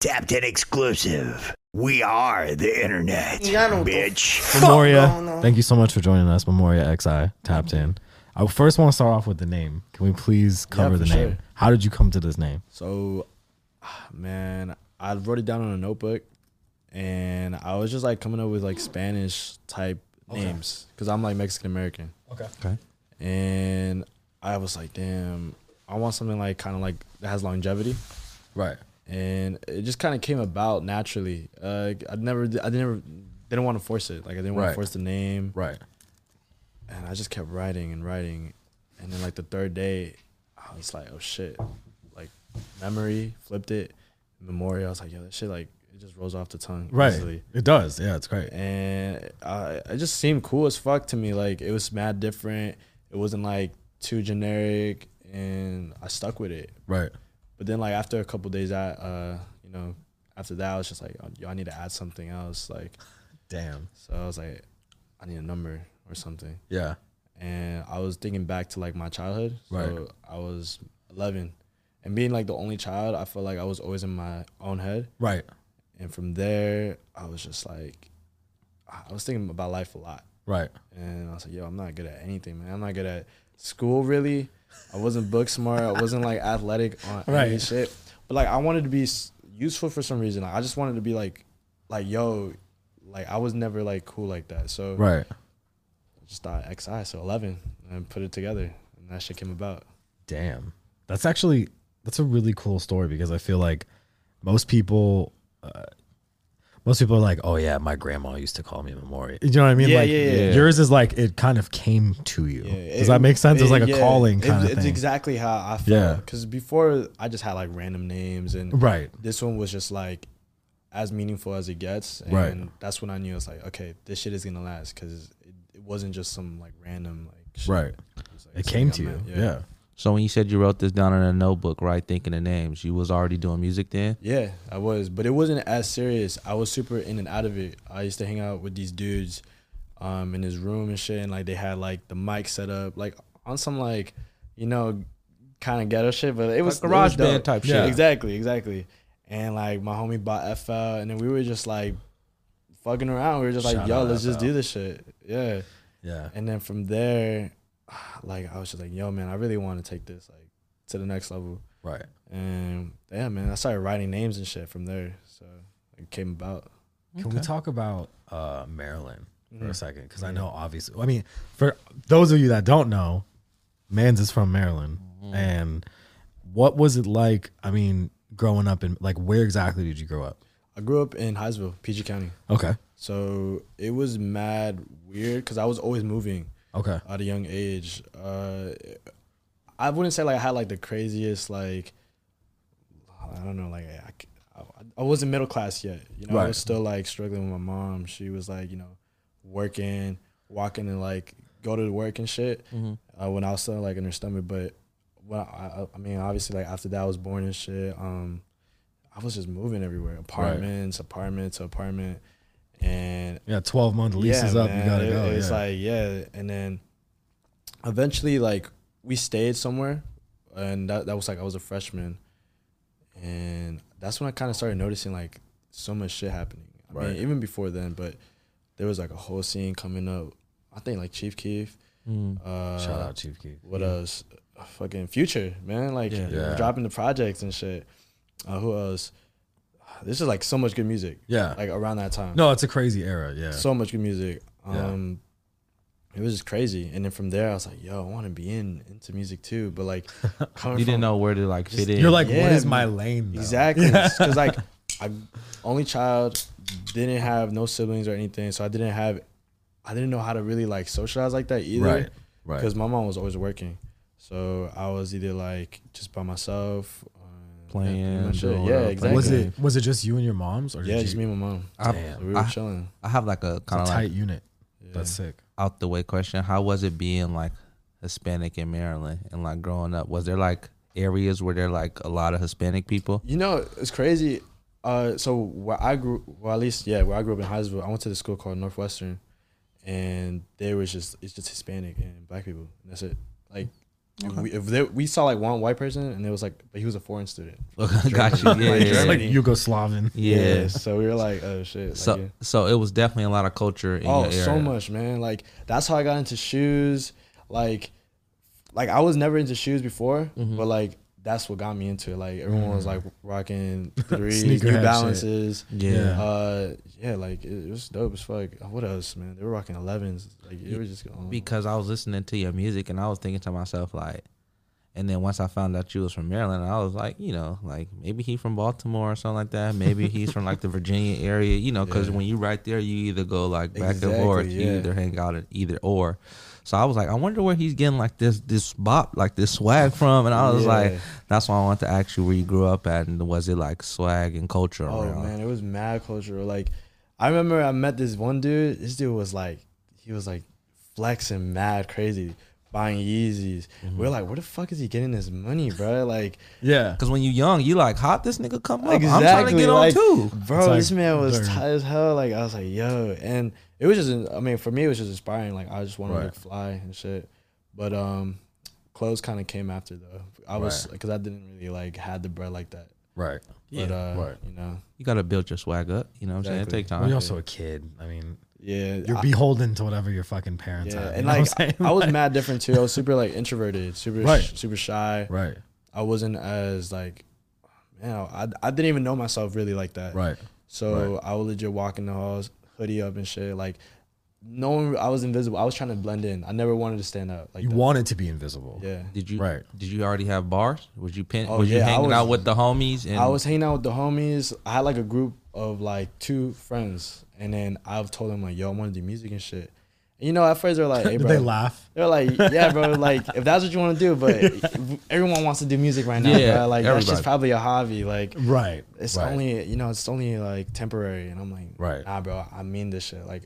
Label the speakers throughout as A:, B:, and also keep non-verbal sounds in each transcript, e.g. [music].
A: Tapped in exclusive. We are the internet,
B: I don't know.
A: bitch.
B: Memoria.
C: Memoria.
B: going on?
C: Thank you so much for joining us, Memoria XI Tapped In. I first want to start off with the name. Can we please cover
D: for
C: the
D: sure.
C: name? How did you come to this name?
D: So, ah, man, I wrote it down on a notebook, and I was just like coming up with like Spanish type names because I'm like Mexican American,
C: Okay.
D: and I was like, damn, I want something like kind of like that has longevity,
C: Right.
D: and it just kind of came about naturally. Uh, I never, I never, didn't want to force it. Like I didn't want
C: Right.
D: to force the name,
C: Right.
D: and I just kept writing and writing, and then like the third day, I was like, oh shit, like memory flipped it, memorial. I was like, yo, that shit like it just rolls off the tongue
C: Right.
D: easily.
C: It does. Yeah, it's great.
D: And I, it just seemed cool as fuck to me. Like it was mad different. It wasn't like too generic, and I stuck with it.
C: Right.
D: But then like after a couple days, I uh you know after that I was just like, oh, yo, I need to add something else. Like
C: Damn.
D: so I was like, I need a number or something
C: Yeah.
D: and I was thinking back to like my childhood. So
C: Right.
D: I was 11, and being like the only child, I felt like I was always in my own head.
C: Right.
D: And from there, I was just like, I I was thinking about life a lot,
C: Right.
D: and I was like, yo, I'm not good at anything, man. I'm not good at school really. I wasn't book smart. I wasn't like athletic on any
C: Right.
D: shit. But like I wanted to be s- useful for some reason. Like, I just wanted to be like, like yo, like I was never like cool like that. So
C: Right.
D: just thought XI, so 11, and put it together. And that shit came about.
C: Damn. That's actually that's a really cool story because I feel like most people uh, most people are like, "Oh yeah, my grandma used to call me Memoria." You know what I mean?
D: Yeah,
C: like
D: yeah, yeah.
C: yours is like it kind of came to you. Does that make sense?
D: It-
C: it's like a
D: yeah,
C: calling
D: it-
C: kind of
D: It's
C: thing.
D: exactly how I felt.
C: Yeah.
D: Because before, I just had like random names, and
C: right.
D: this one was just like as meaningful as it gets. And
C: Right.
D: that's when I knew I was like, okay, this shit is going to last because it, it wasn't just some like random, like, shit.
C: Right.
D: was, like,
C: It came to
D: something I
C: you.
D: meant.
C: Yeah.
E: So when you said you wrote this down in a notebook, right, thinking of names, you was already doing music then.
D: Yeah, I was, but it wasn't as serious. I was super in and out of it. I used to hang out with these dudes, um, in his room and shit, and like they had like the mic set up, like on some like, you know, kind of ghetto shit, but it was it was
E: garage band
D: dope.
E: type
C: Yeah. shit.
D: Exactly, exactly. And like my homie bought FL, and then we were just like fucking around. We were just like,
C: Shout
D: yo,
C: out
D: let's just
C: FL.
D: do this shit. Yeah.
C: Yeah.
D: And then from there, [sighs] like I was just like, yo, man, I really want to take this like to the next level.
C: Right.
D: And yeah, man, I started writing names and shit from there. So it came about.
C: Can we talk about uh, Maryland for a
D: Mhm.
C: second? Because I know obviously. I mean, for those of you that don't know, Mans is from Maryland,
D: Mm-hmm.
C: and what was it like? I mean, growing up in like where exactly did you grow up?
D: I grew up in Highsville, PG County.
C: Okay.
D: So it was mad weird because I was always moving
C: Okay.
D: at a young age. Uh, I wouldn't say like I had like the craziest like I don't know like I, c- I- I wasn't middle class yet. You know, I
C: Right.
D: was still like struggling with my mom. She was like you know working, walking, and like go to work and shit. Uh, when I was still like in her stomach, but when I, I, I mean obviously like after that I was born and shit. Um, I was just moving everywhere, apartments, apartment to apartment, and
C: Yeah, twelve month leases up.
D: man.
C: You gotta
D: It-
C: go.
D: It's
C: yeah.
D: like yeah, and then eventually, like we stayed somewhere, and that that was like I was a freshman, and that's when I kind of started noticing like so much shit happening. I
C: Right.
D: mean, even before then, but there was like a whole scene coming up. I think like Chief Keef. Uh,
C: shout out Chief Keef.
D: what else? Uh, Fucking Future, man. Like
E: Yeah.
C: Yeah.
D: dropping the projects and shit. Uh, who else? This is like so much good music.
C: Yeah.
D: Like around that time
C: no, it's a crazy era. Yeah.
D: so much good music.
C: Yeah.
D: Um, it was just crazy. And then from there, I was like, yo, I want to be in into music too.
C: [laughs]
D: But like, coming
E: You
D: from,
E: didn't know where to like fit in.
C: You're like,
D: Yeah,
C: what is my
D: man.
C: lane? though?
D: exactly
C: [laughs]
D: because like, I only child didn't have no siblings or anything, so I didn't have, I didn't know how to really like socialize like that either.
C: Right. Right.
D: Because my mom was always working, so I was either like just by myself. or-
E: Playing,
D: Pretty much it.
E: doing
D: Yeah,
E: whatever,
D: exactly.
C: Was it was it just you and your moms or did
D: Yeah,
C: you,
D: just me and my mom.
E: I,
D: So we were
E: I-
D: chilling.
E: I have like a
C: It's a
E: kind of
C: tight
E: like
C: unit. That's sick.
E: out the way question. How was it being like Hispanic in Maryland and like growing up? Was there like areas where there like a lot of Hispanic people? [laughs]
D: You know, it's crazy. Uh, so where I grew, well, at least yeah, where I grew up in Highsville, I went to the school called Northwestern, and they was just it's just Hispanic and black people. And that's it. Like If we, if there, we saw like one white person and it was like, but he was a foreign student.
E: Got you. Yeah,
D: Like,
E: yeah,
C: It's
E: yeah.
C: like
D: Germany.
C: Yugoslavian.
E: Yeah.
D: [laughs] So we were like, oh shit. Like,
E: So
D: yeah.
E: so it was definitely a lot of culture in
D: Oh,
E: your area.
D: so much, man. Like that's how I got into shoes. Like like I was never into shoes before,
E: Mm-hmm.
D: but like that's what got me into it. Like everyone was like
E: [laughs]
D: rocking threes,
C: Sneakerhead
D: New
C: shit.
D: Balances.
E: Yeah.
D: Uh, yeah, like it, it was dope as fuck. What else, man? They were rocking elevens. Like it was just going.
E: Because I was listening to your music and I was thinking to myself like and then once I found out you was from Maryland, I was like, you know, like maybe he from Baltimore or something like that. Maybe he's from like the Virginia area, you know, because when you right there, you either go like back
D: Exactly,
E: and forth, you
D: yeah.
E: either hang out at either or. So I was like, I wonder where he's getting like this this bop, like this swag from. And I was
D: Yeah.
E: like, that's why I wanted to ask you where you grew up at and was it like swag and culture
D: Oh
E: around?
D: man, it was mad cultural. Like I remember I met this one dude. This dude was like he was like flexing mad crazy, buying Yeezys.
E: Mm-hmm.
D: We are like, where the fuck is he getting this money, bro? Like
C: Yeah.
E: Because when you young, you like, hot this nigga come up. I'm trying to get on
D: like,
E: too.
D: Bro,
C: It's like,
D: this man was
C: burn.
D: tight as hell. Like I was like, yo, and it was just I mean, for me it was just inspiring. Like I just wanted
C: Right.
D: to look fly and shit. But um clothes kind of came after though. I was because I didn't really like had the bread like that.
C: Right.
D: But uh
C: right.
D: you know.
E: You gotta build your swag up. You know what I'm saying? It
D: Exactly.
E: take time.
C: Well, you're also a kid. I mean,
D: Yeah.
C: you're
D: I-
C: beholden to whatever your fucking parents are.
D: yeah, and
C: you know
D: like
C: what I'm
D: I,
C: saying? [laughs]
D: I was mad different too. I was super like introverted, super
C: Right.
D: sh- super shy.
C: right,
D: I wasn't as like, man, I, I didn't even know myself really like that.
C: right,
D: So I would legit walk in the halls, hoodie up and shit. Like, no one, I was invisible. I was trying to blend in. I never wanted to stand out. Like,
C: you
D: that.
C: wanted to be invisible.
D: yeah.
E: Did you
C: Right.
E: did you already have bars? Was you pin
D: Oh,
E: was you
D: yeah, I
E: hanging
D: was-
E: out with the homies and
D: I was hanging out with the homies. I had like a group of like two friends, and then I've told them like, yo, I want to do music and shit. And you know, at first they're
C: [laughs]
D: like, hey,
C: Did
D: bro.
C: they laugh?
D: They're like, yeah, bro.
C: [laughs]
D: Like, if that's what you want to do, but everyone wants to do music right now,
E: Yeah,
D: bro. Like, that's
E: everybody.
D: just probably a hobby. Like,
C: Right.
D: it's
C: right.
D: only you know, it's only like temporary. And I'm like,
C: Right.
D: nah, bro. I mean this shit. Like,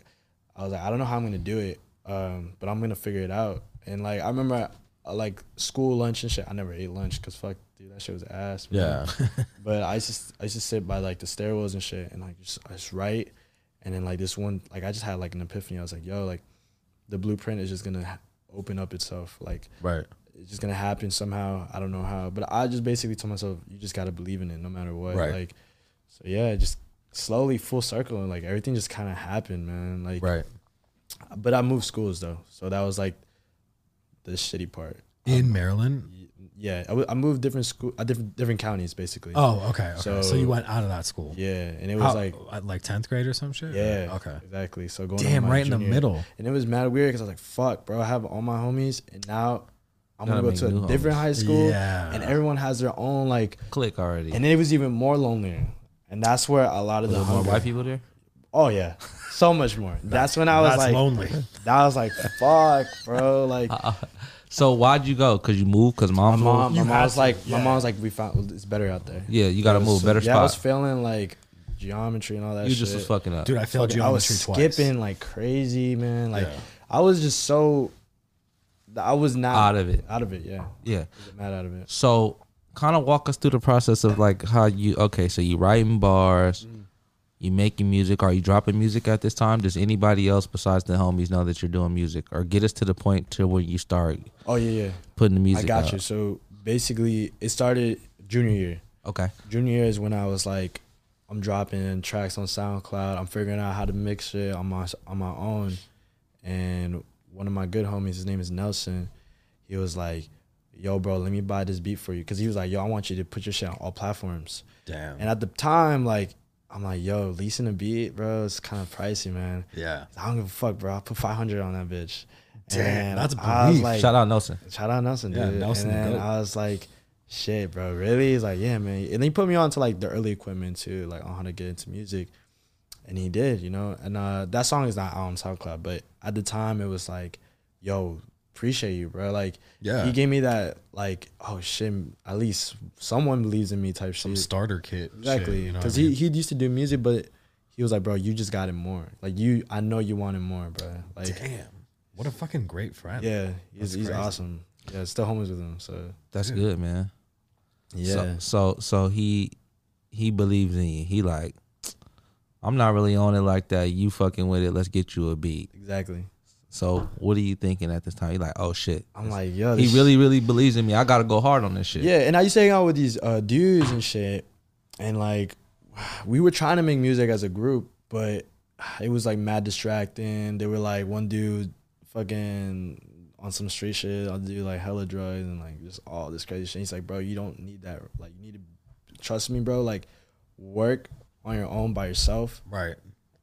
D: I was like, I don't know how I'm gonna do it, um, but I'm gonna figure it out. And like, I remember uh, like school lunch and shit. I never ate lunch because fuck, dude, that shit was ass. bro.
C: Yeah.
D: But I just I used to sit by like the stairwells and shit, and like just I just write, and then like this one like I just had like an epiphany. I was like, yo, like the blueprint is just gonna ha- open up itself. Like
C: right.
D: it's just gonna happen somehow. I don't know how, but I just basically told myself, you just gotta believe in it no matter what.
C: Right.
D: Like so yeah, just slowly full circle and like everything just kind of happened, man. Like
C: Right.
D: but I moved schools though, so that was like the shitty part.
C: In Maryland.
D: Y- Yeah, I, w- I moved different school, uh, different different counties basically.
C: Oh, okay. okay. So,
D: So-
C: you went out of that school.
D: Yeah, and it was
C: How-
D: like
C: at like tenth grade or some shit.
D: Yeah.
C: Okay.
D: Exactly. So going. on
C: Damn,
D: my
C: right in the
D: junior-
C: middle.
D: And it was mad weird because I was like, "Fuck, bro, I have all my homies, and now I'm
E: Gotta
D: gonna go
E: make
D: to
E: new
D: a different
E: homies.
D: high school,
C: Yeah.
D: and everyone has their own like."
E: [laughs] click already?
D: And it was even more lonelier, and that's where a lot of the
E: was there more
D: hunger-
E: white people there?
D: Oh yeah, so
E: [laughs]
D: much more. That's when I was
C: That's
D: like, [laughs]
C: lonely.
D: I was like, "Fuck, bro!" Like
E: So why'd you go? Cause you moved? Cause Uh, mom
D: my mom,
E: moved?
D: my
C: You
D: mom's
C: had
D: like,
C: to,
D: my
C: yeah.
D: mom's like, "We found it's better out there."
E: Yeah, you gotta
D: I was-
E: move better
D: yeah, I was
E: spot.
D: failing like geometry and all that.
E: You
D: shit.
E: just was fucking up.
C: Dude, I failed
D: Fucking-
C: geometry
D: I was
C: twice.
D: skipping like crazy, man. Like
C: Yeah.
D: I was just so I was not
E: Out of it.
D: Out of it, yeah.
E: yeah.
D: Mad out of it.
E: So kind of walk us through the process of like how you okay, so you writing bars,
D: Mm.
E: you making music, are you dropping music at this time? Does anybody else besides the homies know that you're doing music? Or get us to the point to where you start
D: Oh yeah, yeah.
E: putting the
D: I
E: music
D: got
E: out.
D: you. So basically, it started junior year.
E: Okay.
D: Junior year is when I was like, I'm dropping tracks on SoundCloud. I'm figuring out how to mix shit on my on my own. And one of my good homies, his name is Nelson. He was like, "Yo, bro, let me buy this beat for you," because he was like, "Yo, I want you to put your shit on all platforms."
C: Damn.
D: And at the time, like, I'm like, yo, leasing a beat, bro, it's kind of pricey, man.
C: yeah.
D: I don't give a fuck, bro. I put 500 on that bitch.
C: Damn,
D: And
C: that's
D: I was
C: belief.
D: like,
E: Shout out Nelson.
D: Shout out Nelson, dude.
C: Yeah, Nelson the
D: and
C: goat.
D: then I was like, shit, bro, really? He's like, yeah, man. And then he put me on to like the early equipment too, like on how to get into music. And he did, you know. And uh, that song is not out on SoundCloud, but at the time it was like, yo, appreciate you, bro. Like,
C: Yeah.
D: he gave me that like, oh shit, at least someone believes in me type shit.
C: Some starter kit. shit,
D: Exactly,
C: you know
D: because
C: what I mean?
D: he he used to do music, but he was like, "Bro, you just got it more. Like you, I know you wanted more, bro. Like,
C: Damn. What a fucking great friend.
D: yeah, he's he's
C: crazy.
D: awesome. Yeah, still homies with him. So
E: That's good, man.
D: yeah,
E: So, so so he he believes in you. He like I'm not really on it like that. You fucking with it. Let's get you a beat.
D: exactly.
E: So what are you thinking at this time? You're like, oh shit.
D: I'm like, yo,
E: he
D: this-
E: really, really believes in me. I gotta go hard on this shit.
D: Yeah, and I used to hang out with these uh, dudes and shit, and like [sighs] we were trying to make music as a group, but [sighs] it was like mad distracting. They were like one dude fucking on some street shit, I'll do like hella drugs and like just all this crazy shit. He's like, bro, you don't need that. Like, you need to trust me, bro. Like, work on your own by yourself,
C: Right.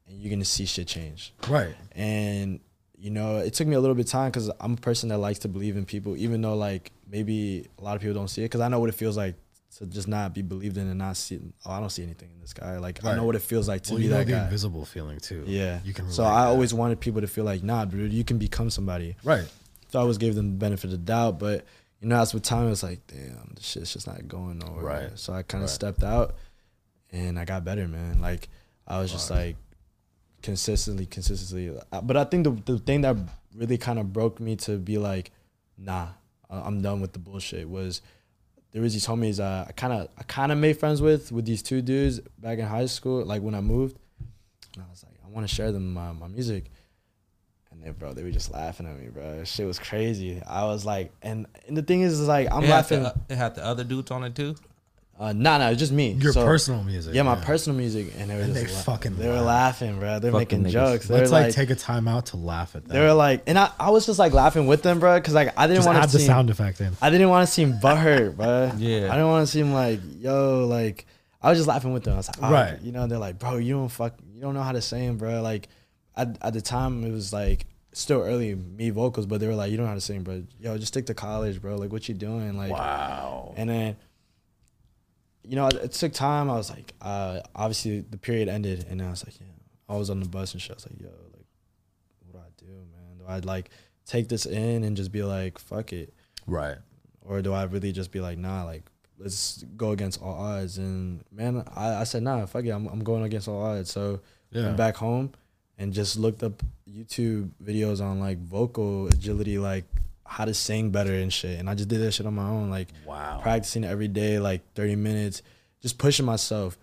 D: and you're gonna see shit change
C: Right.
D: and you know it took me a little bit of time because i'm a person that likes to believe in people even though like maybe a lot of people don't see it because i know what it feels like to just not be believed in and not see oh i don't see anything in this guy like i
C: Right.
D: know what it feels like to
C: Well,
D: be
C: you know
D: that
C: the
D: guy
C: invisible feeling too.
D: yeah
C: You can.
D: so
C: relate
D: i
C: that.
D: always wanted people to feel like nah dude you can become somebody
C: Right.
D: so i always gave them the benefit of the doubt but you know as with time it's like damn this shit's just not going nowhere
C: Right.
D: so i kind of
C: Right.
D: stepped out and i got better man like i was just like consistently, consistently. Uh, But I think the the thing that really kind of broke me to be like, nah, I- I'm done with the bullshit was there was these homies uh, I kind of I kind of made friends with with these two dudes back in high school, like when I moved, and I was like, I want to share them uh, my, my music. And they, bro, they were just laughing at me, bro. Shit was crazy. I was like, and and the thing is, is like I'm
E: It had,
D: laughing.
E: the, it had the other dudes on it too.
D: Uh, nah, nah, it's just me.
C: Your
D: So-
C: personal music.
D: Yeah, my personal music, and they were
C: And
D: just
C: they
D: la-
C: fucking
D: they were
C: laugh.
D: laughing, bro. They're
E: Fucking
D: making
E: niggas.
D: jokes. They're
C: Let's like,
D: like
C: take a time out to laugh at that.
D: They were like, and I, I was just like laughing with them, bro, because like I didn't
C: Just
D: want
C: add
D: to
C: the
D: seem,
C: sound effect in.
D: I didn't want to seem butthurt, bro.
E: Yeah.
D: I didn't want to seem like, yo, like I was just laughing with them. I was like, oh,
C: Right.
D: you know, they're like, bro, you don't fuck, you don't know how to sing, bro. Like, at, at the time it was like still early me vocals, but they were like, you don't know how to sing, bro. Yo, just stick to college, bro. Like, what you doing? Like,
C: Wow.
D: and then, you know, it took time. I was like, uh, obviously the period ended, and I was like, yeah. I was on the bus and shit. I was like, yo, like, what do I do, man? Do I like take this in and just be like, fuck it,
C: Right.
D: or do I really just be like, nah, like, let's go against all odds? And man, I, I said, nah, fuck it, I'm, I'm going against all odds. So
C: Yeah.
D: went back home and just looked up YouTube videos on like vocal agility, like how to sing better and shit. And I just did that shit on my own, like
C: Wow.
D: practicing every day, like 30 minutes, just pushing myself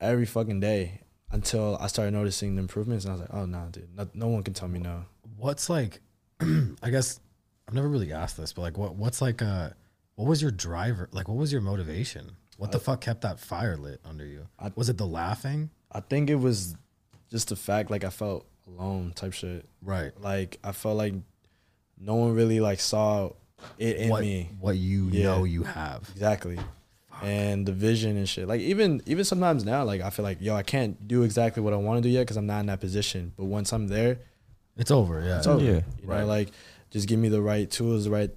D: every fucking day until I started noticing the improvements. And I was like, oh, no, dude, no, no one can tell me no.
C: What's like? [clears throat] I guess I've never really asked this, but like, what what's like? Uh, what was your driver? Like, what was your motivation? What the fuck kept that fire lit under you?
D: I-
C: was it the laughing?
D: I think it was just the fact, like, I felt alone type shit.
C: Right.
D: Like, I felt like no one really, like, saw it in
C: what
D: me.
C: what you
D: Yeah.
C: know you have.
D: Exactly. And the vision and shit. Like even even sometimes now, like I feel like yo, I can't do exactly what I want to do yet because I'm not in that position. But once I'm there,
C: It's over. Yeah.
D: it's over.
E: Yeah.
D: You
C: Right.
D: know, like just give me the right tools, the right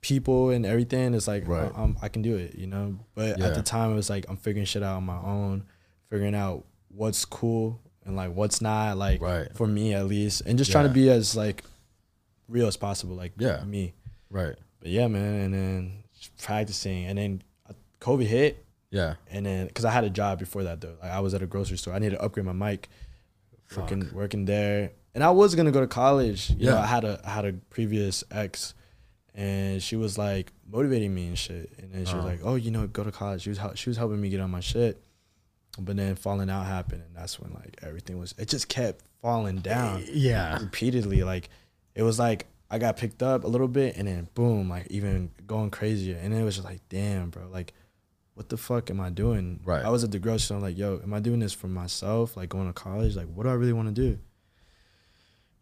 D: people, and everything. It's like um,
C: Right.
D: I, am I can do it. You know. But
C: Yeah.
D: at the time, it was like I'm figuring shit out on my own, figuring out what's cool and like what's not. Like
C: Right.
D: for me at least, and just trying to
C: Yeah.
D: be as like real as possible. Like
C: Yeah.
D: me.
C: Right.
D: But yeah, man. And then just practicing, and then uh, COVID hit.
C: Yeah.
D: And then, cause I had a job before that though. Like I was at a grocery store. I needed to upgrade my mic. Working, working there, and I was gonna go to college. You know,
C: Yeah.
D: I had a I had a previous ex, and she was like motivating me and shit. And then she was like, "Oh, you know, go to college." She was hel- she was helping me get on my shit. But then falling out happened, and that's when like everything was. It just kept falling down
C: Yeah.
D: repeatedly. Like it was like I got picked up a little bit and then boom, like even going crazier. And it was just like, damn, bro, like what the fuck am I doing?
C: Right.
D: I was at the grocery store, I'm like, yo, am I doing this for myself? Like going to college? Like what do I really want to do?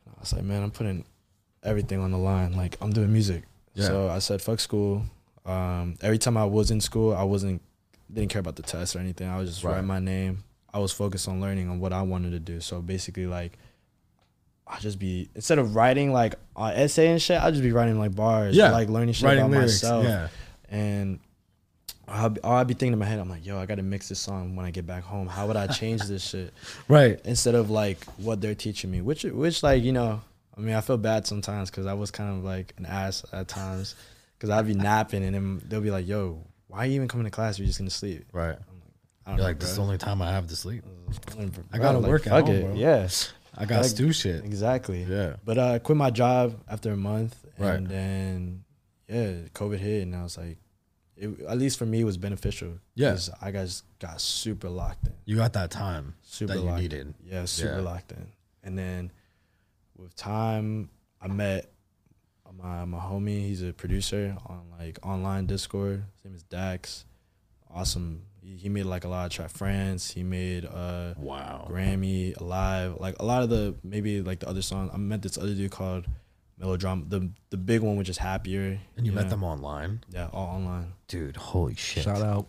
D: And I was like, man, I'm putting everything on the line. Like I'm doing music.
C: Yeah.
D: So I said, fuck school. Um, every time I was in school, I wasn't didn't care about the test or anything. I was just
C: Right.
D: write my name. I was focused on learning on what I wanted to do. So basically, like I just be instead of writing like an essay and shit, I just be writing like bars,
C: Yeah.
D: like learning shit
C: Writing
D: about
C: lyrics.
D: myself.
C: Yeah.
D: And I'll be, I'll be thinking in my head, I'm like, yo, I gotta mix this song when I get back home. How would I change
C: [laughs]
D: this shit
C: Right.
D: instead of like what they're teaching me? Which which like you know, I mean, I feel bad sometimes because I was kind of like an ass at times because
C: [laughs]
D: I'd be napping and then they'll be like, yo, why are you even coming to class? You're just gonna sleep.
C: Right.
D: I
C: You're
D: know,
C: like, this is the
D: bro.
C: only time I have to sleep. I
D: Bro,
C: gotta
D: like,
C: work at
D: fuck
C: home,
D: it.
C: bro.
D: Yeah.
C: I got to
D: Like-
C: do shit.
D: Exactly.
C: Yeah.
D: But uh, I quit my job after a month, and
C: Right.
D: then yeah, COVID hit, and I was like, it, at least for me, it was beneficial.
C: Yeah.
D: 'cause I guys got super locked in,
C: You got that time
D: super
C: that you
D: locked.
C: needed.
D: Yeah, super
C: Yeah.
D: locked in, and then with time, I met my my homie. He's a producer on like online Discord. His name is Dax. Awesome. He, he made like a lot of trap friends. He made uh
C: Wow.
D: Grammy, Alive, like a lot of the maybe like the other songs. I met this other dude called Melodrama. The the big one, which is Happier.
C: And you met
D: know?
C: them online,
D: Yeah, all online.
A: Dude, holy shit.
E: Shout out.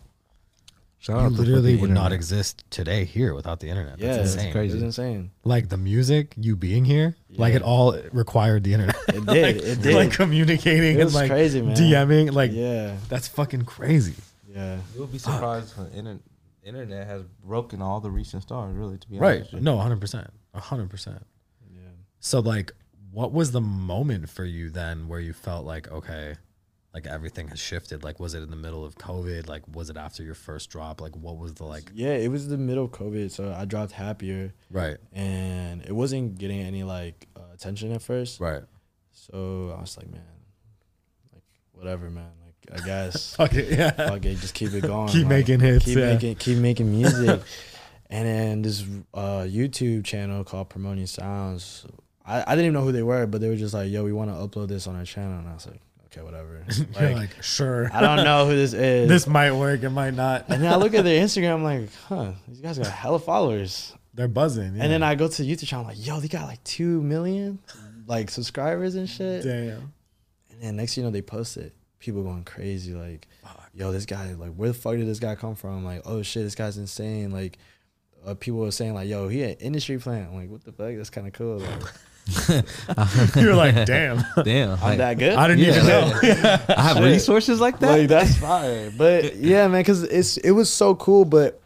E: Shout
C: you
E: out. to
C: literally
E: fucking
C: would not
E: internet.
C: exist today here without the internet.
D: Yeah,
C: That's insane.
E: crazy.
D: it's crazy. It's insane.
C: Like the music, you being here, like it all required the internet.
D: It did. it did.
C: [laughs] like communicating
D: It
C: and
D: was
C: like
D: crazy, man.
C: DMing, like
D: [laughs] yeah,
C: that's fucking crazy.
D: yeah.
E: You'll be surprised when inter- internet has broken all the recent stars. Really, to be honest. with you.
C: No, 100%. 100%. So like what was the moment for you then where you felt like okay, like everything has shifted? Like was it in the middle of COVID? Like was it after your first drop? Like what was the like
D: Yeah, it was the middle of COVID, so I dropped Happier,
C: Right.
D: and it wasn't getting any like uh, attention at first.
C: Right.
D: So I was like, man, like whatever, man.
C: [laughs]
D: Like I guess
C: Fuck it. Yeah.
D: fuck it, just keep it going.
C: Keep
D: like,
C: making hits,
D: Keep
C: yeah.
D: making
C: [laughs]
D: keep making music. and then this uh, YouTube channel called Promoting Sounds. I, I didn't even know who they were, but they were just like, yo, we want to upload this on our channel. And I was like, okay,
C: [laughs]
D: whatever.
C: You're
D: Like,
C: like, sure.
D: I don't know who this
C: [laughs]
D: is.
C: This might work, it might not.
D: and then I look at their Instagram, I'm like, huh, these guys got hella followers.
C: [laughs] They're buzzing.
D: And then I go to the YouTube channel, I'm like, yo, they got like two million like subscribers and shit.
C: damn.
D: And then next thing you know, they post it. People going crazy, like, yo, this guy, like, where the fuck did this guy come from? Like, oh shit, this guy's insane. Like, uh, people were saying, like, yo, he an industry plant. I'm like, what the fuck? That's kind of cool. Like,
C: You're like,
D: [laughs]
C: damn.
E: Damn,
D: I'm
E: like,
D: that good?
C: I didn't
E: Yeah,
C: even know.
E: like, I have resources like that.
D: like, that's fire.
C: [laughs]
D: But yeah, man, because it's it was so cool. But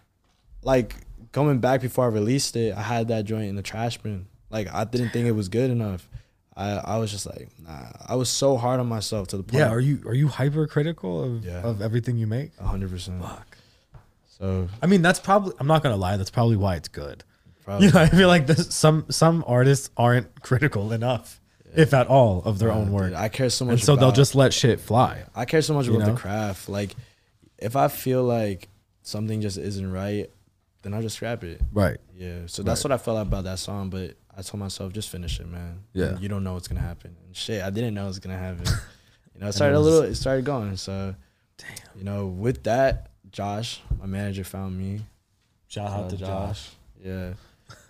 D: like going back before I released it, I had that joint in the trash bin. Like I didn't think it was good enough. I, I was just like, nah. I was so hard on myself to the point.
C: Yeah, are you are you hypercritical of
D: Yeah.
C: of everything you make?
D: hundred percent.
C: Fuck.
D: So
C: I mean, that's probably. I'm not gonna lie. That's probably why it's good. [laughs]
D: probably
C: You know, I feel like this, some some artists aren't [laughs] critical enough, if at all, of their own work,
D: Dude, I care so much.
C: and so they'll
D: about-
C: just let shit fly.
D: I care so much about
C: know?
D: the craft. Like, if I feel like something just isn't right, then I'll just scrap it.
C: Right.
D: Yeah. So that's what I felt about that song. But I told myself, just finish it, man.
C: Yeah.
D: You don't know what's gonna happen. And shit, I didn't know it was gonna
C: [laughs]
D: happen. you know, it started a little. It started going. So, damn. You know, with that, Josh, my manager, found me.
C: Shout
D: Uh, Yeah.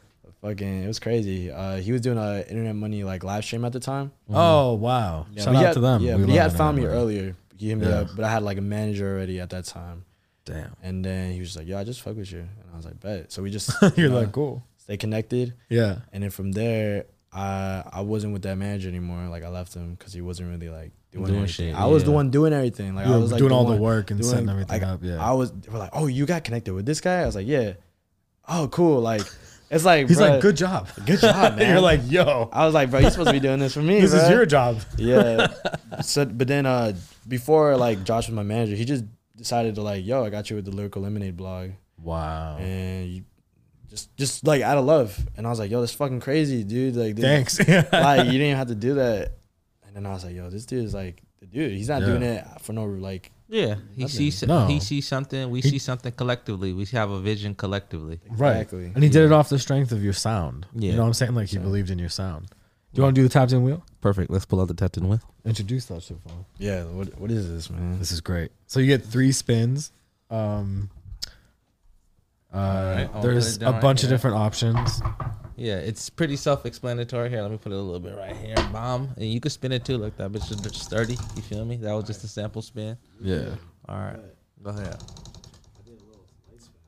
D: [laughs] Fucking, it was crazy. Uh, he was doing a internet money like live stream at the time.
C: Oh wow! Shout
D: but
C: out
D: he had-
C: to them.
D: Mm-hmm. Yeah,
C: We
D: but he
C: love
D: had found me
C: them.
D: earlier. He hit me
C: Yeah.
D: up, but I had like a manager already at that time.
C: Damn. [laughs]
D: And then he was just like, "Yo, I just fuck with you," and I was like, "Bet." So we just
C: You're
D: you know,
C: like cool.
D: stay connected.
C: Yeah.
D: And then from there, I I wasn't with that manager anymore. Like I left him because he wasn't really like doing,
E: Doing
D: anything.
E: shit,
D: I was the
E: yeah.
D: one doing everything. Like
C: You
D: I
C: were
D: was like
C: doing
D: the
C: all the
D: one
C: work and
D: doing-
C: setting everything
D: like,
C: up, yeah.
D: I was. They were like, "Oh, you got connected with this guy?" I was like, "Yeah." Oh, cool. Like it's like
C: [laughs] He's
D: bruh,
C: like, good job. [laughs]
D: good job, man.
C: You're like, yo,
D: I was like, bro, you're supposed to be doing this for me.
C: [laughs] this is
D: bruh."
C: your job. [laughs]
D: Yeah. so, but then uh, before like Josh was my manager, he just decided to like, yo, I got you with the Lyrical Lemonade blog,
C: Wow.
D: and you just just like out of love, and I was like, yo, that's fucking crazy, dude. Like, this,
C: Thanks. [laughs] Yeah.
D: [laughs] like you didn't even have to do that, and then I was like, yo, this dude is like the dude. He's not
C: Yeah.
D: doing it for no like
E: yeah, he sees
C: No.
E: he sees something. We see something collectively. We have a vision collectively.
C: Right.
D: Exactly.
C: And he did it off the strength of your sound.
E: Yeah.
C: You know what I'm saying? Like he believed in your sound. Do you want to do the top ten wheel?
E: Perfect. Let's pull out the Tefton with.
C: Introduce that shit, bro.
D: yeah. What what is this, man?
C: This is great. So you get three spins. Um, uh,
E: right, I'll
C: there's
E: put it down
C: a bunch
E: right
C: of
E: here.
C: different options.
E: Yeah, it's pretty self-explanatory. Here, let me put it a little bit right here. Bomb, and you could spin it too. Like that bitch is bitch is thirty. You feel me? That was just a sample spin.
C: Yeah.
E: All right, go ahead.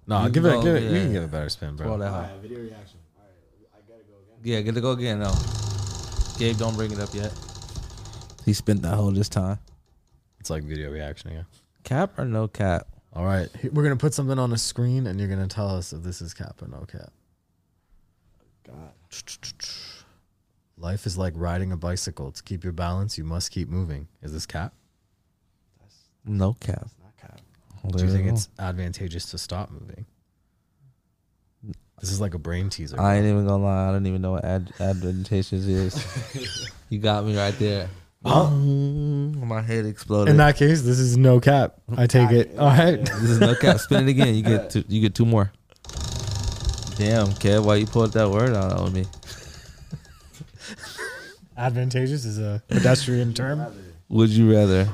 C: No,
E: You
C: give it,
E: know,
C: give it. You
E: yeah.
C: can get a better spin,
E: Roll
C: bro.
E: that high.
D: video reaction. All right, I gotta go again.
E: Yeah, get to go again. No, Gabe, don't bring it up yet. He spent that whole this time.
C: It's like video reaction again.
E: Cap or no cap?
C: All right, he- we're gonna put something on a screen, and you're gonna tell us if this is cap or no cap.
D: God.
C: Life is like riding a bicycle. To keep your balance, you must keep moving. Is this cap?
E: No cap.
D: Not cap.
C: Do you think it's advantageous to stop moving? This is like a brain teaser.
E: I ain't even gonna lie. I don't even know what ad- advantageous is. [laughs] you got me right there. Mm, My head exploded.
C: In that case, this is no cap. I take [laughs] it. All right.
E: this is no cap. Spin it again. You get two, you get two more. Damn, Kev, why you pulled that word out on me?
C: Advantageous is a pedestrian term.
E: Would you rather?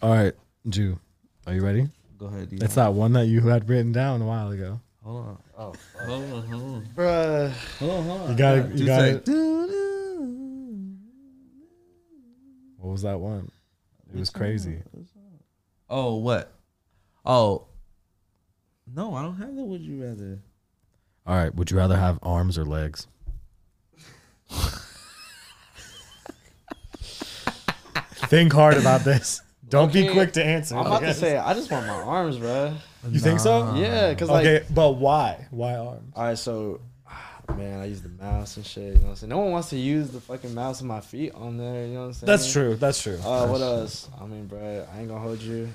C: All right, Jew, are you ready?
E: Go ahead. Dion.
C: It's that one that you had written down a while ago.
E: Hold on. Oh, hold on, hold on.
D: Bruh.
C: You got it. You
E: Two
C: got
E: sec.
C: it. What was that one? It was crazy.
E: Oh, what? Oh, no, I don't have the would you rather.
C: All right. Would you rather have arms or legs? Think hard about this. Don't be
D: Okay.
C: quick to answer.
D: I'm about
C: okay?
D: to say, I just want my arms, bruh.
C: You think so?
D: Yeah, because like,
C: Uh, Okay, but why? Why arms?
D: all right, so, ah, man, I use the mouse and shit. You know what I'm saying? No one wants to use the fucking mouse and my feet on there. You know what I'm saying?
C: That's true. That's true.
D: Uh, what else? I mean, bruh, I ain't gonna hold you.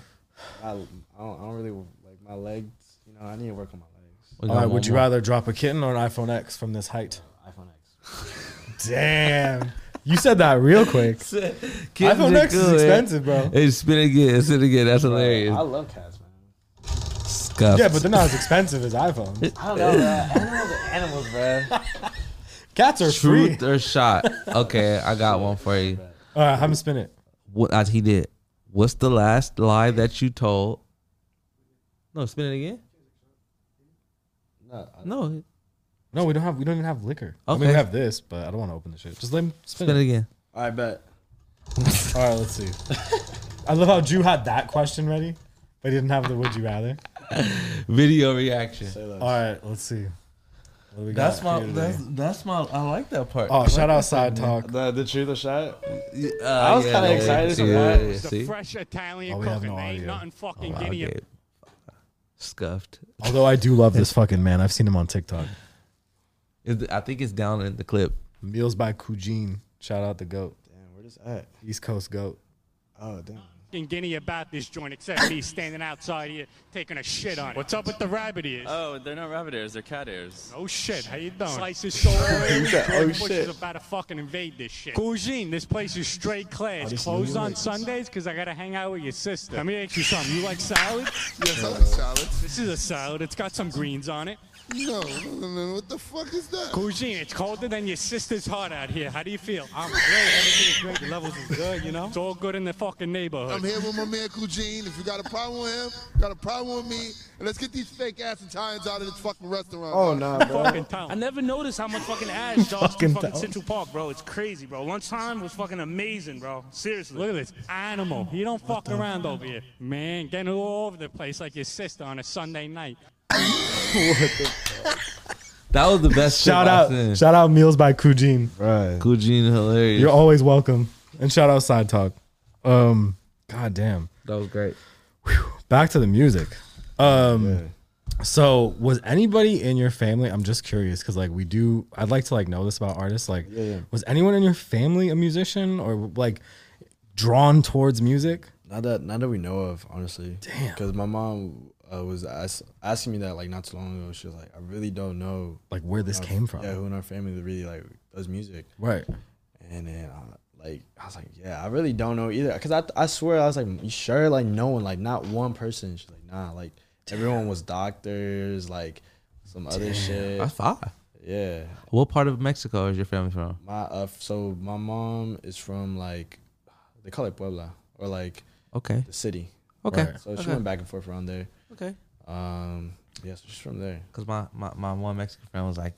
D: I, I, don't, I don't really like my legs. You know, I need to work on my legs.
E: We
C: All
E: got
C: right.
E: one
C: Would you
E: more. [laughs]
C: rather drop a kitten or an iPhone X from this height?
D: iPhone X.
C: Damn. [laughs] You said that real [laughs] quick.
E: Kittens
C: iPhone
E: are
C: X is
E: good.
C: expensive, [laughs] bro.
E: Hey, spin again, spin again. That's
D: I
E: hilarious.
D: love cats, man.
E: Scuffed.
C: Yeah, but they're not as expensive as iPhones.
D: I don't know, [laughs] bruh. Animals are animals, bruh.
C: Cats are free.
E: truth or shot. Okay, I [laughs] got one for you.
C: All right, I'm gonna spin it.
E: What I, he did? What's the last lie that you told? No, spin it again.
D: No,
E: No,
C: No, we don't have. We don't even have liquor. I mean,
E: Okay.
C: we have this, but I don't want to open the shit. Just let him spin,
E: spin it
C: it.
E: again.
D: I bet.
C: All right, let's see. I love how Drew had that question ready, but he didn't have the would you rather.
E: Video reaction.
D: Say
C: All
D: less.
C: right, let's see. What do we
E: That's
C: got
E: my.
C: here
E: That's
C: today?
E: that's my. I like that part.
C: Oh, shout out side talk.
D: The, the truth or shot?
E: I
D: was kinda excited for that. It's
B: It's
E: See?
B: the fresh Italian
C: Oh, we have
B: cooking.
C: no Oh,
B: they ain't
C: audio.
B: nothing fucking
E: Wow,
B: giddy
E: Gabe. Scuffed.
C: Although I do love
D: [laughs]
C: this fucking man. I've seen him on TikTok.
E: Is the- I think it's down in the clip.
C: Meals by Kujin. Shout out the goat.
D: Damn, where this at?
C: East Coast goat.
D: Oh, damn.
B: fucking guinea about this joint except me standing outside here taking a shit on it. What's up with the rabbit ears?
F: Oh, they're not rabbit ears, they're cat ears.
B: oh shit, how you doing? Slice [laughs] his soul away.
D: "Oh,
B: George Bush
D: shit."
B: is about to fucking invade this shit. Cousine, this place is straight
C: Oh,
B: class. Closed on Sundays because I gotta hang out with your sister. Let me ask you something. You like salad?
G: Yes, I like salads.
B: This is a salad. It's got some greens on it.
G: No, no, no, no, what the fuck is that?
B: Cousine, it's colder than your sister's heart out here. How do you feel? I'm great. Everything is great. The levels is good, you know? It's all good in the fucking
G: I'm
B: neighborhood.
G: here with my man Kujin. If you got a problem with him, you got a problem with me, and let's get these fake ass Italians out of this fucking restaurant.
D: Oh, nah, bro.
B: Fucking town.
H: I never noticed how much fucking ash dogs
C: Fucking
H: fucking, Oh, fucking
C: dog.
H: Central Park, bro. It's crazy, bro. Lunchtime was fucking amazing, bro. Seriously.
B: Look at this animal. He don't fuck around over here. Man, getting all over the place like your sister on a Sunday night.
E: That was the
C: [laughs]
E: best.
C: Shout
E: clip I've
C: out.
E: seen.
C: Shout out Meals by Kujin.
D: [laughs] Bruh.
E: Coogene, hilarious.
C: You're always welcome. And shout out Side Talk. Um, God damn.
E: that was great.
C: Back to the music. Um, so was anybody in your family? I'm just curious because like we do. I'd like to like know this about artists. Like,
D: yeah.
C: was anyone in your family a musician or like drawn towards music?
D: Not that, not that we know of, honestly.
C: Damn.
D: Because my mom uh, was ask, asking me that like not too long ago. She was like, I really don't know.
C: Like where this
D: who in our-
C: came from?
D: Yeah, who in our family that really like does music?
C: Right.
D: And then I, like I was like, yeah, I really don't know either. Cause I I swear I was like, you sure? Like no one, like not one person. She's like, nah, like everyone was doctors, like some other shit.
E: That's five.
D: Yeah.
E: What part of Mexico is your family from?
D: My uh, so my mom is from like they call it Puebla or like
E: Okay.
D: the city.
E: Okay.
C: Right.
D: So she went back and forth around there.
E: Okay.
D: Um, yeah, so she's from there.
E: Because my, my, my one Mexican friend was like,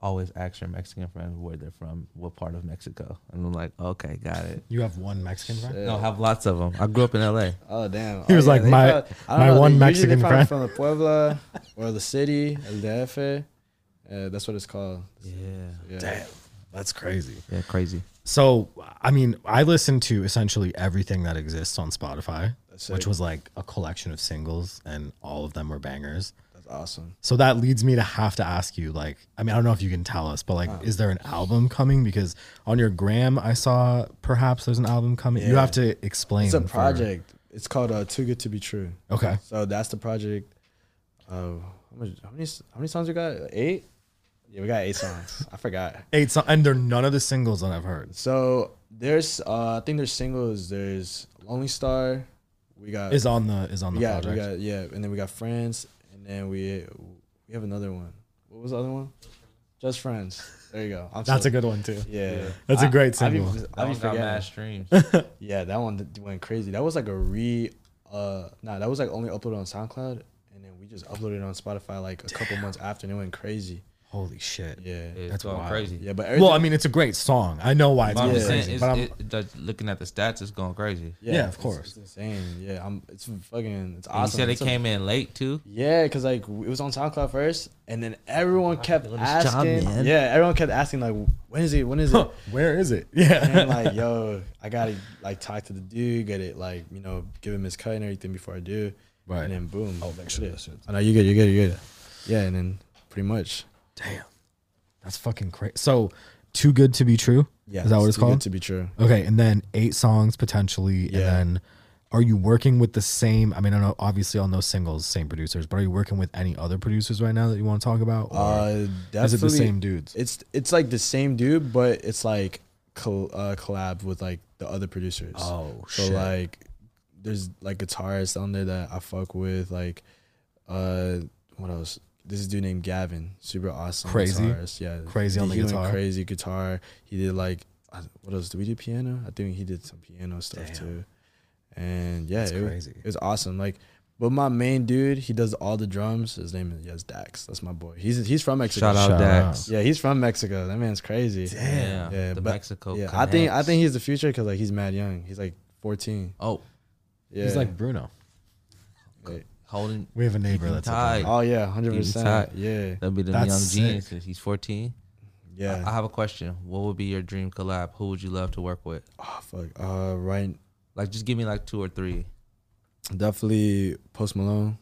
E: always ask your Mexican friends where they're from, what part of Mexico. And I'm like, okay, got [laughs] it.
C: You have one Mexican friend.
E: No, I have lots of them. I grew up in LA.
D: Oh damn!
C: He
D: Oh,
C: was like,
D: they
C: my-
D: probably- I don't
C: my
D: know, they-
C: one
D: usually
C: Mexican
D: they probably
C: friend.
D: from the Puebla or the city, El DF. Uh, that's what it's called.
E: Yeah.
D: Yeah.
C: That's crazy.
E: Yeah, crazy.
C: So, I mean, I listened to essentially everything that exists on Spotify, which
D: sick.
C: was like a collection of singles, and all of them were bangers.
D: That's awesome.
C: So that leads me to have to ask you, like, I mean, I don't know if you can tell us, but like,
D: Uh-huh.
C: is there an album coming? Because on your gram, I saw perhaps there's an album coming. You
D: Yeah.
C: have to explain.
D: It's a
C: for-
D: project. It's called uh, "Too Good to Be True."
C: Okay.
D: So that's the project. Uh, how, much, how many how many songs we got? Eight. Yeah, we got
C: [laughs]
D: eight songs. I forgot.
C: Eight so- and they're none of the singles that I've heard.
D: So there's uh, I think there's singles. There's Lonely Star. We got
C: Is on the is on the
D: yeah we
C: project.
D: got yeah, and then we got France, and then we we have another one. What was the other one? Just friends. There you go. I'm
C: That's
D: so-
C: a good one too.
D: Yeah,
C: That's a great
D: I, I be,
C: single.
D: I be
E: Don't got mad
D: forgetting.
E: streams.
D: [laughs] Yeah, that one th- went crazy. That was like a re. Uh, nah, that was like only uploaded on SoundCloud, and then we just uploaded it on Spotify like a couple months after, and it went crazy.
C: Holy shit.
D: Yeah,
E: It's
C: That's
E: going
C: wild.
E: crazy.
D: yeah, but everything,
C: Well, I mean, it's a great song. I know why
E: But
C: it's
E: I'm
C: going
E: just saying,
C: crazy,
E: it's,
C: but I'm,
E: it- the- looking at the stats, it's going crazy.
C: yeah, of
D: it's-
C: course.
D: it's insane. Yeah, I'm. It's fucking. It's
E: And You
D: awesome.
E: said it
D: It's a-
E: came in late too.
D: Yeah, because like w- it was on SoundCloud first, and then everyone kept
E: doing his job,
D: asking.
E: man.
D: yeah, everyone kept asking like, when is it? When is
C: [laughs]
D: it?
C: Huh, where is it? Yeah.
D: and like, yo, I gotta like talk to the dude, get it like, you know, give him his cut and everything before I do.
C: Right.
D: And then boom. Oh, make sure that's it. I know you good, you good, you good. Yeah, and then pretty much.
C: Damn. That's fucking crazy. So, Too Good to Be True?
D: Yeah.
C: Is that what it's
D: too good
C: called?
D: To be true.
C: okay. And then eight songs potentially.
D: Yeah.
C: And then are you working with the same? I mean, I know obviously on those singles, same producers, but are you working with any other producers right now that you want to talk about? Or
D: Uh definitely,
C: is it the same dudes?
D: It's it's like the same dude, but it's like col- uh, collab with like the other producers.
C: Oh,
D: so
C: shit.
D: like there's like guitarists on there that I fuck with, like uh what else? This is a dude named Gavin, super awesome.
C: Crazy.
D: guitarist, yeah.
C: Crazy on the
D: he went
C: guitar.
D: Crazy guitar. He did like I- what else? Did we do piano? I think he did some piano stuff too. And yeah,
C: That's
D: it,
C: crazy.
D: it was awesome. Like, but my main dude, he does all the drums. His name is yes, Dax. That's my boy. He's he's from Mexico.
E: Shout out
C: Shout
E: Dax.
D: Yeah, he's from Mexico. That man's crazy.
E: Yeah,
D: Yeah,
E: the
D: but-
E: Mexico.
D: Yeah, I think I
E: connects.
D: think he's the future because like he's mad young. He's like 14.
E: oh
D: Yeah.
C: He's like Bruno.
E: holding.
C: We have a neighbor
E: Keeping
C: that's
E: tight.
C: like
D: oh yeah, hundred
E: He's
D: percent.
E: tight.
D: Yeah,
E: That'll be the
C: That's
E: young genius.
C: sick.
E: He's fourteen. I
D: yeah.
E: have a question. What would be your dream collab? Who would you love to work with?
D: Oh fuck. Uh, right.
E: Like, just give me like two or three.
D: Definitely Post Malone,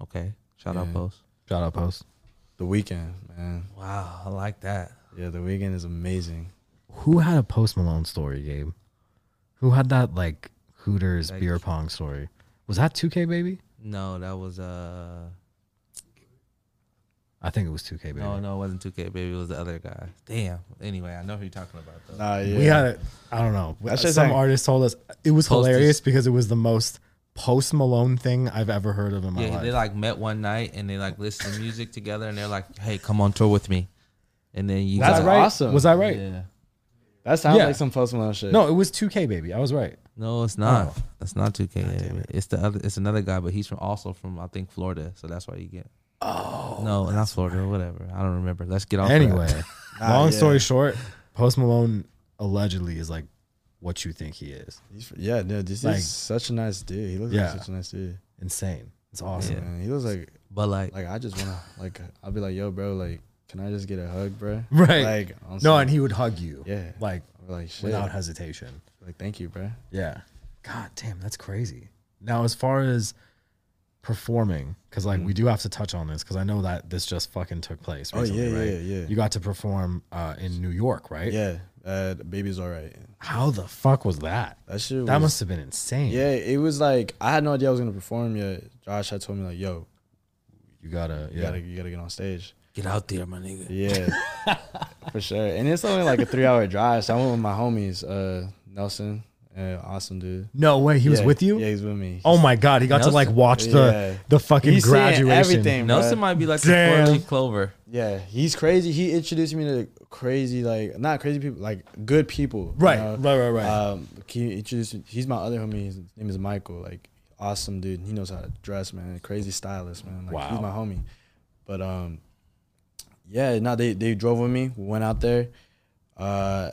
E: Okay. Shout out
D: Yeah.
E: post.
C: Shout out post.
D: The Weeknd, man.
E: Wow, I like that.
D: Yeah, The Weeknd is amazing.
C: Who had a post Malone story, Gabe? Who had that like Hooters
E: Like-
C: beer pong story? Was that 2K baby?
E: No, that was uh
C: I think it was 2K baby.
E: no, no, it wasn't 2K baby. It was the other guy. Damn. Anyway, I know who you're talking about though.
D: Nah, Uh, yeah.
C: We had it. I don't know.
D: That's just
C: Some
D: like-
C: artist told us it was
E: Post is-
C: hilarious because it was the most post Malone thing I've ever heard of in my
E: yeah,
C: life.
E: they like met one night and they like listened to music together and they're like, "Hey, come on tour with me." And then you
D: That's
E: guys-
D: right. awesome.
C: Was I right?
E: Yeah.
D: That sounds
C: Yeah.
D: like some Post Malone shit.
C: No, it was 2K baby. I was right.
E: No, it's not. That's not 2K. baby. It's the other it's another guy, but he's from also from I think Florida, so that's why you get Oh. No, not Florida or whatever. I don't remember. Let's get off that.
C: Anyway,
D: [laughs]
C: long
D: yeah.
C: story short, Post Malone allegedly is like what you think he is.
D: He's, yeah, no, this
C: Like-
D: is such a nice dude. He looks
C: Yeah.
D: like such a nice dude.
C: Insane. It's awesome.
D: Man, he looks like
E: But like
D: like I just wanna like I'll be like, yo, bro, like, can I just get a hug, bro?
C: [laughs] Right.
D: Like on
C: No,
D: some-
C: and he would hug you.
D: Yeah.
C: Like
D: I'll be like shit.
C: without hesitation.
D: like thank you, bro.
C: Yeah. God damn, that's crazy. Now, as far as performing, because like we do have to touch on this, because I know that this just fucking took place.
D: Mm-hmm. Oh,
C: Recently,
D: yeah,
C: right?
D: yeah, yeah.
C: You got to perform uh, in New York, right?
D: Yeah. Uh the baby's alright.
C: How the fuck was that?
D: That shit
C: That
D: was-
C: must have been insane.
D: [laughs] Yeah, it was like I had no idea I was gonna perform yet. Josh had told me like, yo,
C: You gotta.
D: you
C: Yeah.
D: gotta you gotta get on stage.
E: get out there, my nigga.
D: Yeah.
E: [laughs]
D: for sure. And it's only like a three hour drive. So I went with my homies, uh Nelson, uh, awesome dude.
C: No way. He was
D: Yeah,
C: with you.
D: Yeah, he's with me.
C: Oh my god, he got
E: Nelson-
C: to like watch the
D: Yeah.
C: the fucking
D: He's seeing
C: graduation.
D: everything, bro.
E: Nelson might be like
C: Damn.
E: the Corley Clover.
D: Yeah, he's crazy. He introduced me to crazy, like not crazy people, like good people. you
C: Right,
D: know?
C: right, right, right.
D: Um, he introduced. He's my other homie. His name is Michael. Like awesome dude. He knows how to dress, man. Crazy stylist, man. Like, He's
C: Wow.
D: my homie. But um, yeah. No, they they drove with me. We went out there. Uh,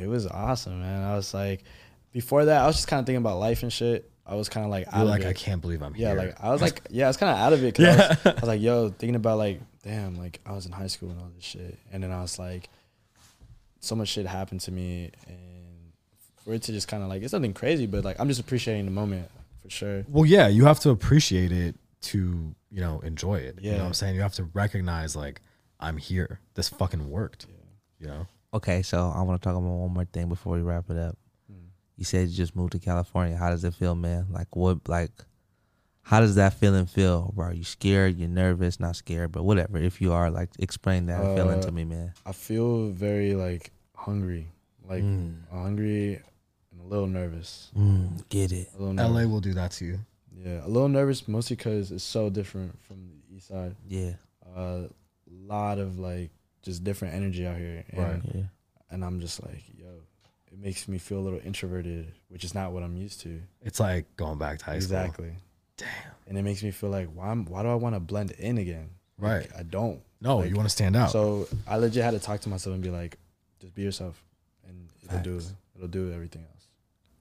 D: it was awesome, man. I was like, before that, I was just kind of thinking about life and shit. I was kind of like, out
C: You're
D: of
C: like,
D: it.
C: I can't believe I'm
D: Yeah,
C: here.
D: like I was like, yeah, I was kind of out of it. Cause I, was, I was like, yo, thinking about like, damn, like I was in high school and all this shit, and then I was like, so much shit happened to me, and for it to just kind of like, it's nothing crazy, but like I'm just appreciating the moment for sure.
C: Well, yeah, you have to appreciate it to, you know, enjoy it. You know
D: Yeah.
C: what I'm saying? You have to recognize like I'm here. This fucking worked. You know?
E: Okay, so I want to talk about one more thing before we wrap it up. You said you just moved to California. How does it feel, man? Like what? Like how does that feeling feel? Bro, are you scared? You're nervous? Not scared, but whatever. If you are, like, explain that feeling to me, man.
D: I feel very like hungry, like hungry and a little nervous.
E: Mm, get it?
D: A little
C: LA
D: nervous.
C: will do that to you.
D: Yeah, a little nervous mostly because it's so different from the east side.
E: Yeah.
D: a lot of like just different energy out here. And,
E: Yeah.
D: and I'm just like, yo, it makes me feel a little introverted, which is not what I'm used to.
C: It's like going back to high school.
D: Exactly. Damn. And it makes me feel like why am- why do I want to blend in again? Like,
C: Right.
D: I don't.
C: No,
D: Like,
C: you want to stand out.
D: So I legit had to talk to myself and be like, just be yourself, and it'll do it'll do everything else.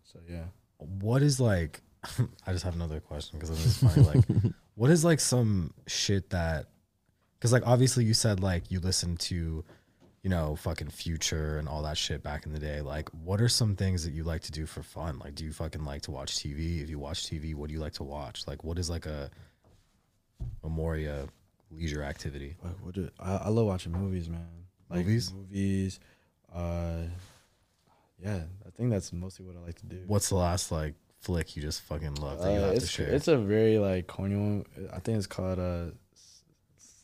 D: So yeah,
C: what is like [laughs] i just have another question because it's funny
D: [laughs]
C: like what is like some shit that because like obviously you said like you listened to you know fucking future and all that shit back in the day like what are some things that you like to do for fun like do you fucking like to watch tv if you watch tv what do you like to watch like what is like a memoria leisure activity
D: like what do I, I love watching movies, man. Like
C: Movies?
D: movies. Uh, yeah, I think that's mostly what I like to do.
C: what's the last like flick you just fucking love that you
D: Uh,
C: have to
D: it's
C: share
D: it's a very like corny one. I think it's called uh, S-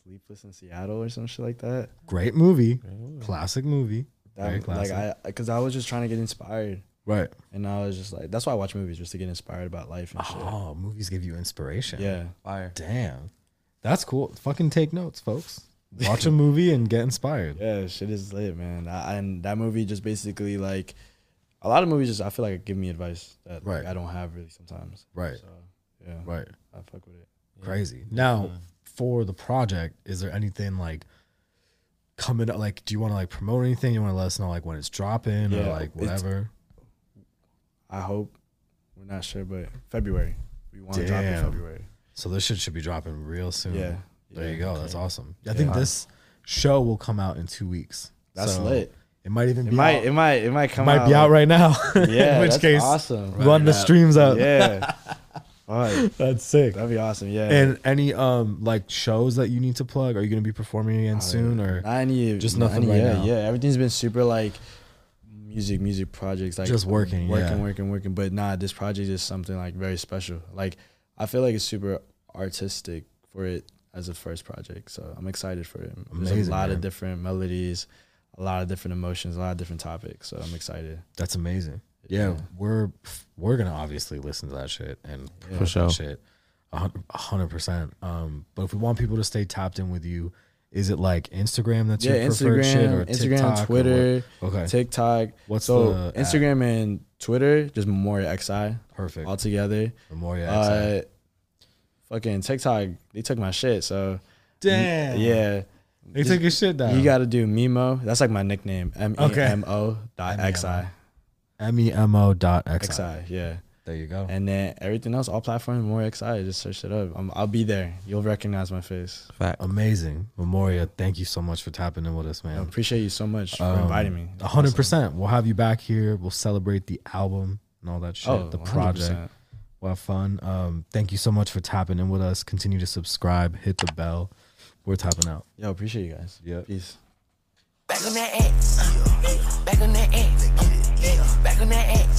D: Sleepless in Seattle or some shit like that.
C: great movie classic movie very
D: that like
C: classic
D: I, because I was just trying to get inspired.
C: right
D: And I was just like, that's why I watch movies, just to get inspired about life and shit.
C: oh movies give you inspiration
D: Yeah.
E: Fire.
C: Damn. That's cool. Fucking take notes, folks. Watch a movie and get inspired.
D: Yeah, shit is lit, man. I, and that movie just basically, like, a lot of movies just, I feel like, give me advice that like,
C: Right.
D: I don't have really sometimes.
C: Right.
D: So, yeah.
C: Right.
D: I fuck with it.
C: Crazy. Now,
D: Mm-hmm.
C: for the project, is there anything like coming up? Like, do you want to like promote anything? You want to let us know like when it's dropping or
D: Yeah,
C: like
D: it's-
C: whatever?
D: I hope, we're not sure, but February. We want to drop in
C: Damn.
D: February.
C: So this shit should be dropping real soon.
D: Yeah.
C: There
D: Yeah.
C: you go. That's awesome. I think this show will come out in two weeks.
D: That's
C: So
D: lit.
C: It might even
D: It
C: be
D: might,
C: out.
D: it might, it might
C: It
D: come
C: might
D: out.
C: be out right now. [laughs]
D: Yeah.
C: in which
D: that's
C: case,
D: awesome.
C: run the streams up. [laughs]
D: Yeah. Fuck,
C: That's sick.
D: that'd be awesome. Yeah.
C: And any um like shows that you need to plug? Are you gonna be performing
D: Oh,
C: again soon or
D: Not any,
C: Just
D: not
C: nothing
D: any-
C: right
D: yeah,
C: now.
D: Yeah, everything's been super like music, music projects, like
C: Just working,
D: working,
C: yeah.
D: working, working. But nah, this project is something like very special. Like I feel like it's super artistic for it as a first project. So I'm excited for it. There's
C: Amazing,
D: a lot
C: man.
D: of different melodies, a lot of different emotions, a lot of different topics. So I'm excited.
C: That's amazing. Yeah,
D: Yeah.
C: we're we're gonna obviously listen to that shit and promote that
E: sure.
C: shit, a hun- a hundred percent. Um, but if we want people to stay tapped in with you, is it like Instagram that's
D: yeah,
C: your preferred shit or TikTok or
D: Instagram, Instagram,
C: what?
D: Twitter,
C: Okay,
D: TikTok.
C: What's
D: so
C: the app?
D: Instagram and Twitter? Just Memoria XI
C: perfect.
D: all together.
C: Memoria. XI.
D: Uh, fucking TikTok, they took my shit. So
C: Damn.
D: yeah,
C: they took your shit down.
D: you got to do Mimo. That's like my nickname. M E M O dot X I
C: E M E M O dot
D: X
C: X I.
D: I. Yeah,
C: There you go.
D: and then everything else, all platforms, more X I. Just search it up. i I'll be there. You'll recognize my face.
E: Fact.
C: Amazing, Memoria. Thank you so much for tapping in with us, man.
D: I appreciate you so much for inviting me.
C: A Um, hundred percent. We'll have you back here. We'll celebrate the album and all that shit.
D: Oh,
C: the
D: 100%.
C: project. We'll have fun. Um, thank you so much for tapping in with us. Continue to subscribe. Hit the bell. We're tapping out.
D: Yo, appreciate you guys.
C: Yeah.
D: Peace.
I: Back on that X. Back on that X. Back on that X.